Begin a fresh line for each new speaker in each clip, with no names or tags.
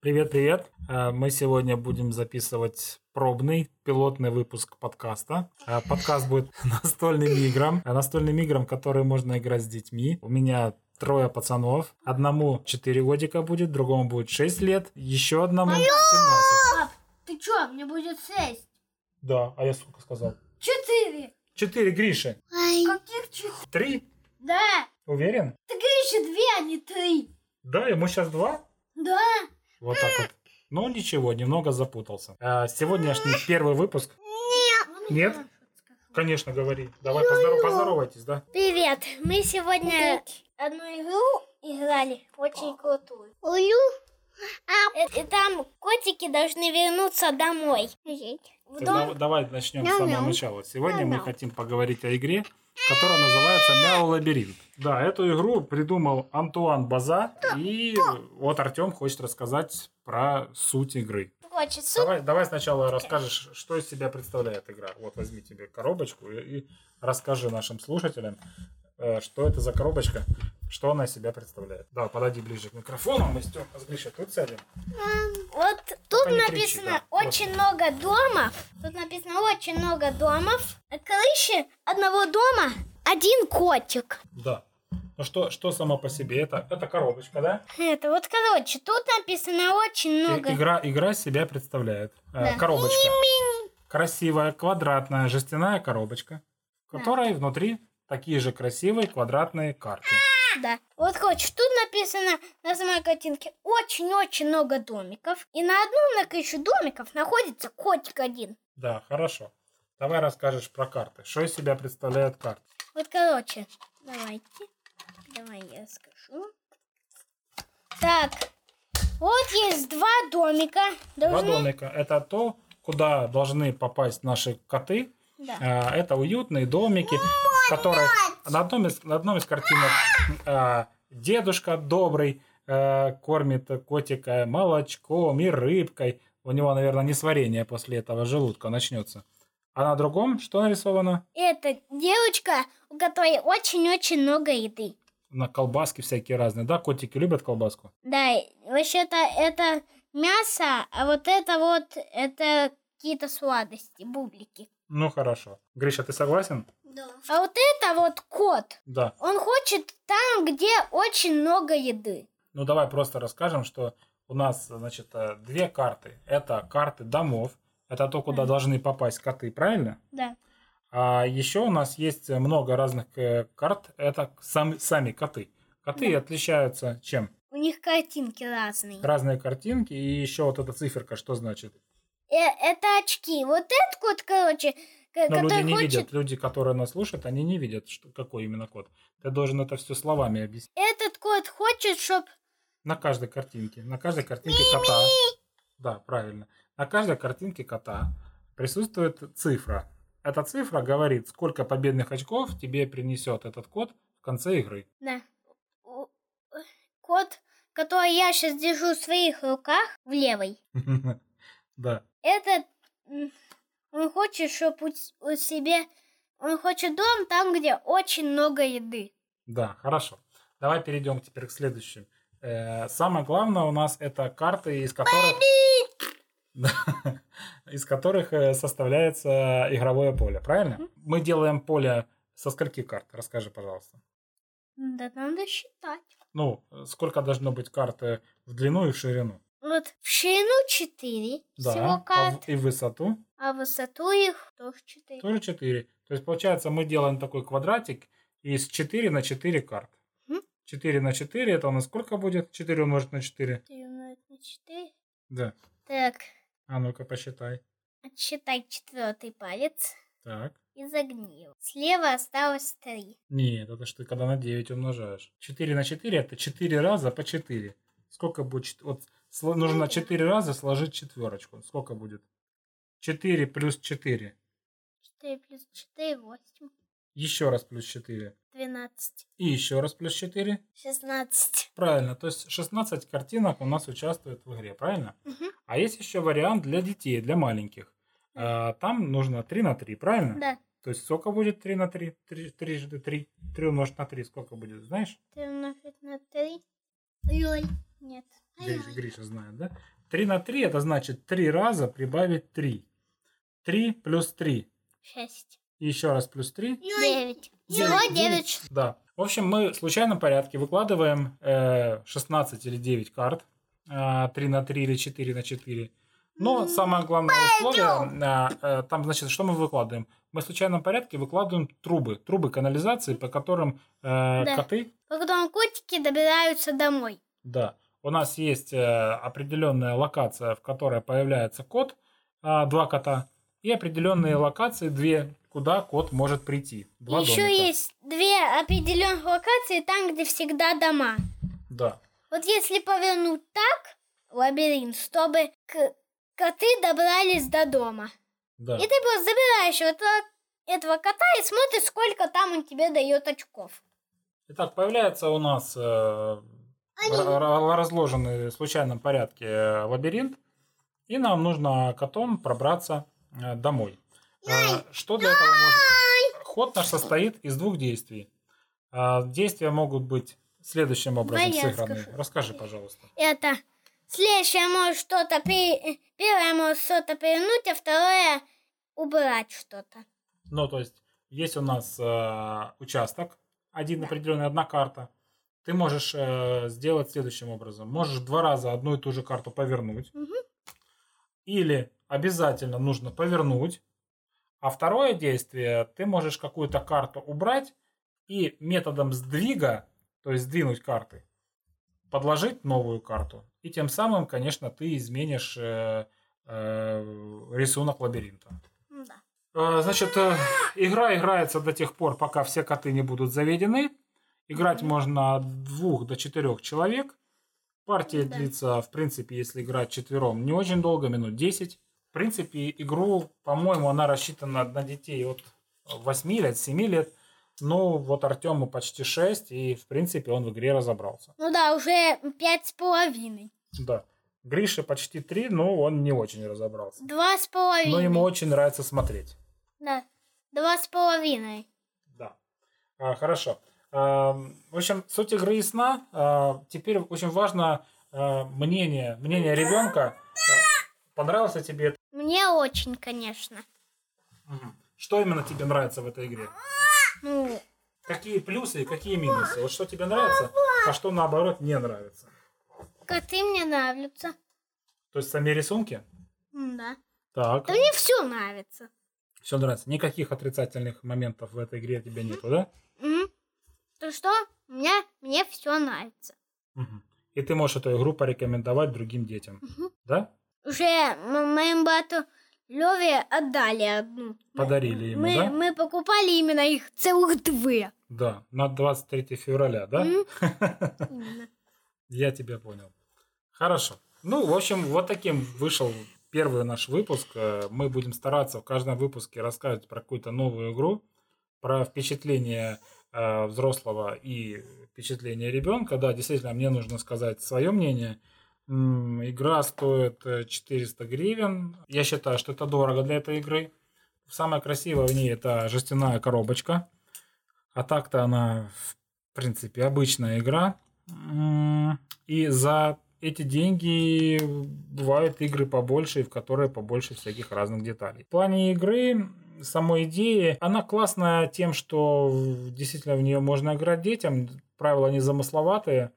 Привет, привет. Э, Мы сегодня будем записывать пробный пилотный выпуск подкаста. Э, Подкаст будет настольным играм, э, настольным играм, которые можно играть с детьми. У меня трое пацанов. Одному 4 годика будет, другому будет 6 лет, еще одному 17.
Пап, ты чё, мне будет шесть?
Да, а я сколько сказал?
Четыре.
4, Гриши.
Каких четыре?
3?
Да.
Уверен?
Так еще две, а не три.
Да, ему сейчас 2.
Да.
Вот так вот. Ну ничего, немного запутался. Э, Сегодняшний
А!
первый выпуск. Нет? Конечно, говори. Давай поздоров- поздоровайтесь, да?
Привет! Мы сегодня
Одну игру играли, очень крутую.
улю, а э, и там котики должны вернуться домой. В
Ты
дом
дав- Давай начнем с самого
Ну Мяу-мяу.
начала. Сегодня мы
Мяу-мяу.
хотим поговорить о игре, которая называется Мяу Лабиринт. Да, эту игру придумал Антуан База. И вот Артем хочет рассказать про суть игры.
хочет суп.
Давай, давай сначала расскажешь, что из себя представляет игра. Вот возьми тебе коробочку и, и расскажи нашим слушателям, э, что это за коробочка, что она из себя представляет. Да, подойди ближе к микрофону, мы с Тё- с Гришей тут сядем.
Вот тут
не кричи,
написано
да, просто.
очень много домов. Тут написано очень много домов. На крыше одного дома один котик.
Да. Ну что, что само по себе? Это, это коробочка, да?
Это вот, короче, тут написано очень
И-
много.
Игра, игра из себя представляет. Э,
Да.
Коробочка. Красивая квадратная жестяная коробочка, в которой внутри такие же красивые квадратные карты.
Да. Вот короче, тут написано на самой картинке очень-очень много домиков. И на одном на крыше домиков находится котик один.
Да, хорошо. Давай расскажешь про карты. Что из себя представляют карты?
Вот короче, давайте. Давай я скажу. Так. Вот есть два домика.
Два
Должны-
домика. Это то, куда должны попасть наши коты.
Да.
А, Это уютные домики, которые на одном из, на одном из картинок а, дедушка добрый а, кормит котика молочком и рыбкой. У него, наверное, несварение после этого желудка начнется. А на другом что нарисовано?
Это девочка, у которой очень-очень много еды.
На колбаски всякие разные, да? Котики любят колбаску?
Да, и вообще-то это мясо, а вот это вот, это какие-то сладости, бублики.
Ну, хорошо. Гриша, ты согласен?
А вот это вот кот.
Да.
Он хочет там, где очень много еды.
Ну давай просто расскажем, что у нас, значит, э, две карты. Это карты домов. Это то, куда
Мгм.
должны попасть коты, правильно?
Да.
А еще у нас есть много разных э, карт. Это сам- сами коты. Коты
Да.
отличаются чем?
У них картинки разные.
Разные картинки и еще вот эта циферка, что значит?
Э, это очки. Вот этот кот, короче, ко-
Но люди
который
не
хочет...
видят. Люди, которые нас слушают, они не видят, что, какой именно код. Ты должен это все словами объяснить.
Этот кот хочет, чтобы...
На каждой картинке. На каждой картинке кота. Да, правильно. На каждой картинке кота присутствует цифра. Эта цифра говорит, сколько победных очков тебе принесет этот кот в конце игры.
Да. У- э, Кот, который я сейчас держу в своих руках, в левой,
Да.
этот... м, Он хочет, чтобы у себе... Он хочет дом там, где очень много еды.
Да, хорошо. Давай перейдем теперь к следующим. Э, Самое главное у нас это карты, из которых... Да, из которых э, составляется игровое поле, правильно? Мы делаем поле со скольки карт? Расскажи, пожалуйста.
Да надо считать.
Ну, э, сколько должно быть карты в длину и в ширину?
Вот в ширину 4
Да.
всего
а
карт,
в- И в высоту?
а в высоту их тоже 4.
Тоже 4. То есть, получается, мы делаем такой квадратик из 4 на 4 карт.
Мгм.
4 на 4, это у нас сколько будет? 4 умножить на 4.
4 умножить на 4.
Да.
Так,
А ну-ка посчитай.
отсчитай четвертый палец
Так.
и загни его. Слева осталось 3.
Нет, это что ты когда на 9 умножаешь. 4 на 4 это 4 раза по 4. Сколько будет? чет- Вот сло- нужно 4 раза сложить четверочку. Сколько будет? 4 плюс 4.
4 плюс 4, 8.
Еще раз плюс 4.
12.
И еще раз плюс 4.
16.
Правильно, то есть 16 картинок у нас участвует в игре, правильно?
Мгм.
А есть еще вариант для детей, для маленьких. А, там нужно 3 на 3, правильно?
Да.
То есть сколько будет 3 на 3? 3 трижды 3. 3 умножить на 3 сколько будет, знаешь?
3 умножить на 3. Лёль. Нет.
Гри-
Ай-яй.
Гриша знает, да? 3 на 3 это значит 3 раза прибавить 3. 3 плюс 3.
Шесть.
И еще раз плюс 3.
Девять. Всего
Девять.
девять. штук.
Да. В общем, мы в случайном порядке выкладываем э, 16 или 9 карт. э, 3 на 3 или 4 на 4. Но самое главное условие, э, э, там, значит, что мы выкладываем? Мы в случайном порядке выкладываем трубы, трубы канализации, по которым э, коты
Потом котики добираются домой.
Да. У нас есть э, определенная локация, в которой появляется кот, а, два кота, и определенные локации, две, куда кот может прийти. Два
Еще
домика.
есть две определенных локации, там, где всегда дома.
Да.
Вот если повернуть так, лабиринт, чтобы к- коты добрались до дома.
Да.
И ты просто забираешь у этого, этого кота и смотришь, сколько там он тебе дает очков.
Итак, появляется у нас э, ра- ра- разложенный в случайном порядке э, лабиринт, и нам нужно котом пробраться э, домой. Э, Что для этого можно? Ход наш состоит из двух действий. А, Действия могут быть следующим образом
Давай я
сыграны.
расскажу.
Расскажи, пожалуйста.
Это следующее может что-то... пере- Первое может что-то перевернуть, а второе убрать что-то.
Ну, то есть, есть у нас э, участок, один определенный, одна карта. Ты можешь э, сделать следующим образом. Можешь два раза одну и ту же карту повернуть.
Мгм.
Или обязательно нужно повернуть. А второе действие, ты можешь какую-то карту убрать и методом сдвига, то есть сдвинуть карты, подложить новую карту. И тем самым, конечно, ты изменишь э, э, рисунок лабиринта.
Да.
Э, Значит, э, игра играется до тех пор, пока все коты не будут заведены. Играть можно от двух до четырех человек. Партия
Да.
длится, в принципе, если играть четвером, не очень долго, минут 10. В принципе, игру, по-моему, она рассчитана на детей от 8 лет, 7 лет. Ну, вот Артему почти 6, и, в принципе, он в игре разобрался.
Ну да, уже пять с половиной.
Да. Грише почти 3, но он не очень разобрался.
Два с половиной.
Но Ну, ему очень нравится смотреть.
Да, два с половиной.
Да. А, хорошо. А, в общем, суть игры ясна. А, теперь очень важно а, мнение, мнение ребенка. А, Понравился тебе? это?
Мне очень, конечно.
Мгм. Что именно тебе нравится в этой игре?
Ну,
Какие плюсы и какие минусы? Вот что тебе нравится, а что наоборот не нравится?
коты мне нравятся.
То есть сами рисунки?
Да.
Так.
Да мне все нравится.
Все нравится. Никаких отрицательных моментов в этой игре тебе нету, да?
М? То что? Мне, мне все нравится.
Мгм. И ты можешь эту игру порекомендовать другим детям, да?
Уже м- моему брату Леве отдали одну.
Подарили ему,
Мы,
да?
мы покупали именно их целых две.
Да, на 23 февраля, да?
М?
Я тебя понял. Хорошо. Ну, в общем, вот таким вышел первый наш выпуск. Э, Мы будем стараться в каждом выпуске рассказывать про какую-то новую игру, про впечатление э, взрослого и впечатление ребенка. Да, действительно, мне нужно сказать свое мнение. М, Игра стоит э, 400 гривен. Я считаю, что это дорого для этой игры. Самое красивое в ней это жестяная коробочка. А так-то она, в принципе, обычная игра. М, И за эти деньги бывают игры побольше, и в которые побольше всяких разных деталей. В плане игры, самой идеи, она классная тем, что в- действительно в нее можно играть детям. Правила не замысловатые.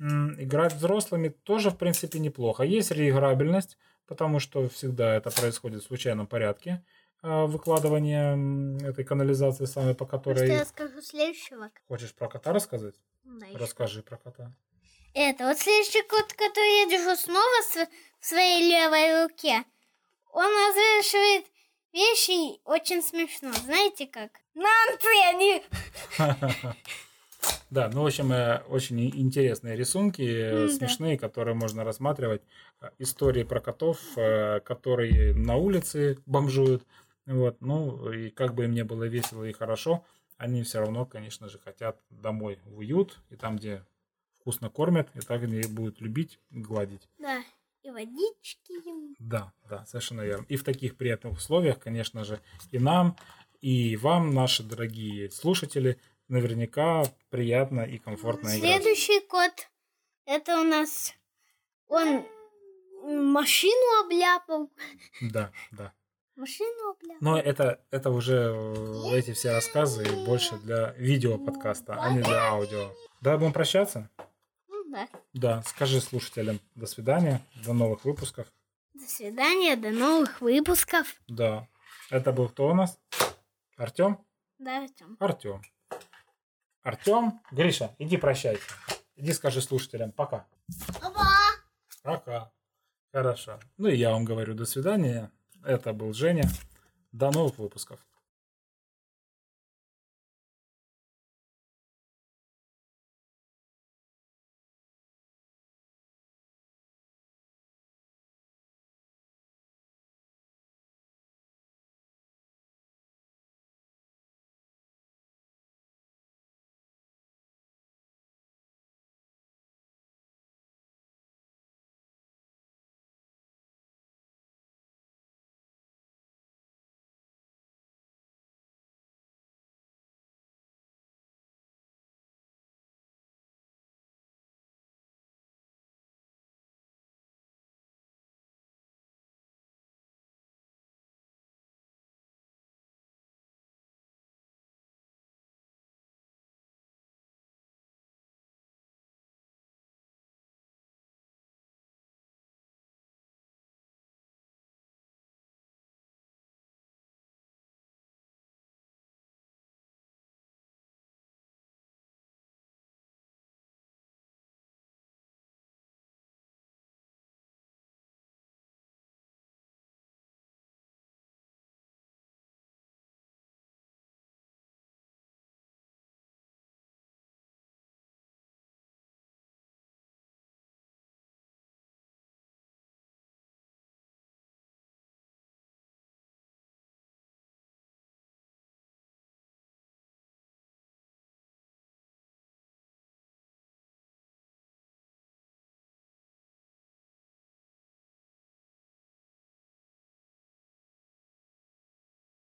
М, Играть взрослыми тоже, в принципе, неплохо. Есть реиграбельность, потому что всегда это происходит в случайном порядке. а, Выкладывание м, этой канализации самой, по
Может,
которой...
я расскажу следующего?
Хочешь про кота рассказать?
Да, ещё.
Расскажи про кота.
Это вот следующий кот, который я держу снова с- в своей левой руке. Он развешивает вещи очень смешно. Знаете как? Нанты они...
Да, ну, в общем, э, очень и- интересные рисунки, э,
М, да.
смешные, которые можно рассматривать. Э, Истории про котов, э, которые на улице бомжуют. Вот, ну, и как бы им не было весело и хорошо, они все равно, конечно же, хотят домой в уют, и там, где вкусно кормят, и так они будут любить, гладить.
Да, и водички ему.
Да, да, совершенно верно. И в таких приятных условиях, конечно же, и нам, и вам, наши дорогие слушатели, наверняка приятно и комфортно играть.
Следующий кот, это у нас Он машину обляпал.
Да, да.
Машину обляпал.
Но это, это уже э, эти все рассказы больше для видео подкаста, а не для аудио. Давай будем прощаться?
Ну да.
Да, скажи слушателям до свидания, до новых выпусков.
До свидания, до новых выпусков.
Да. Это был кто у нас? Артем?
Да, Артём?
Артем. Артем. Гриша, иди прощайся. Иди скажи слушателям пока. Пока. Хорошо. Ну и я вам говорю до свидания. Это был Женя. До новых выпусков.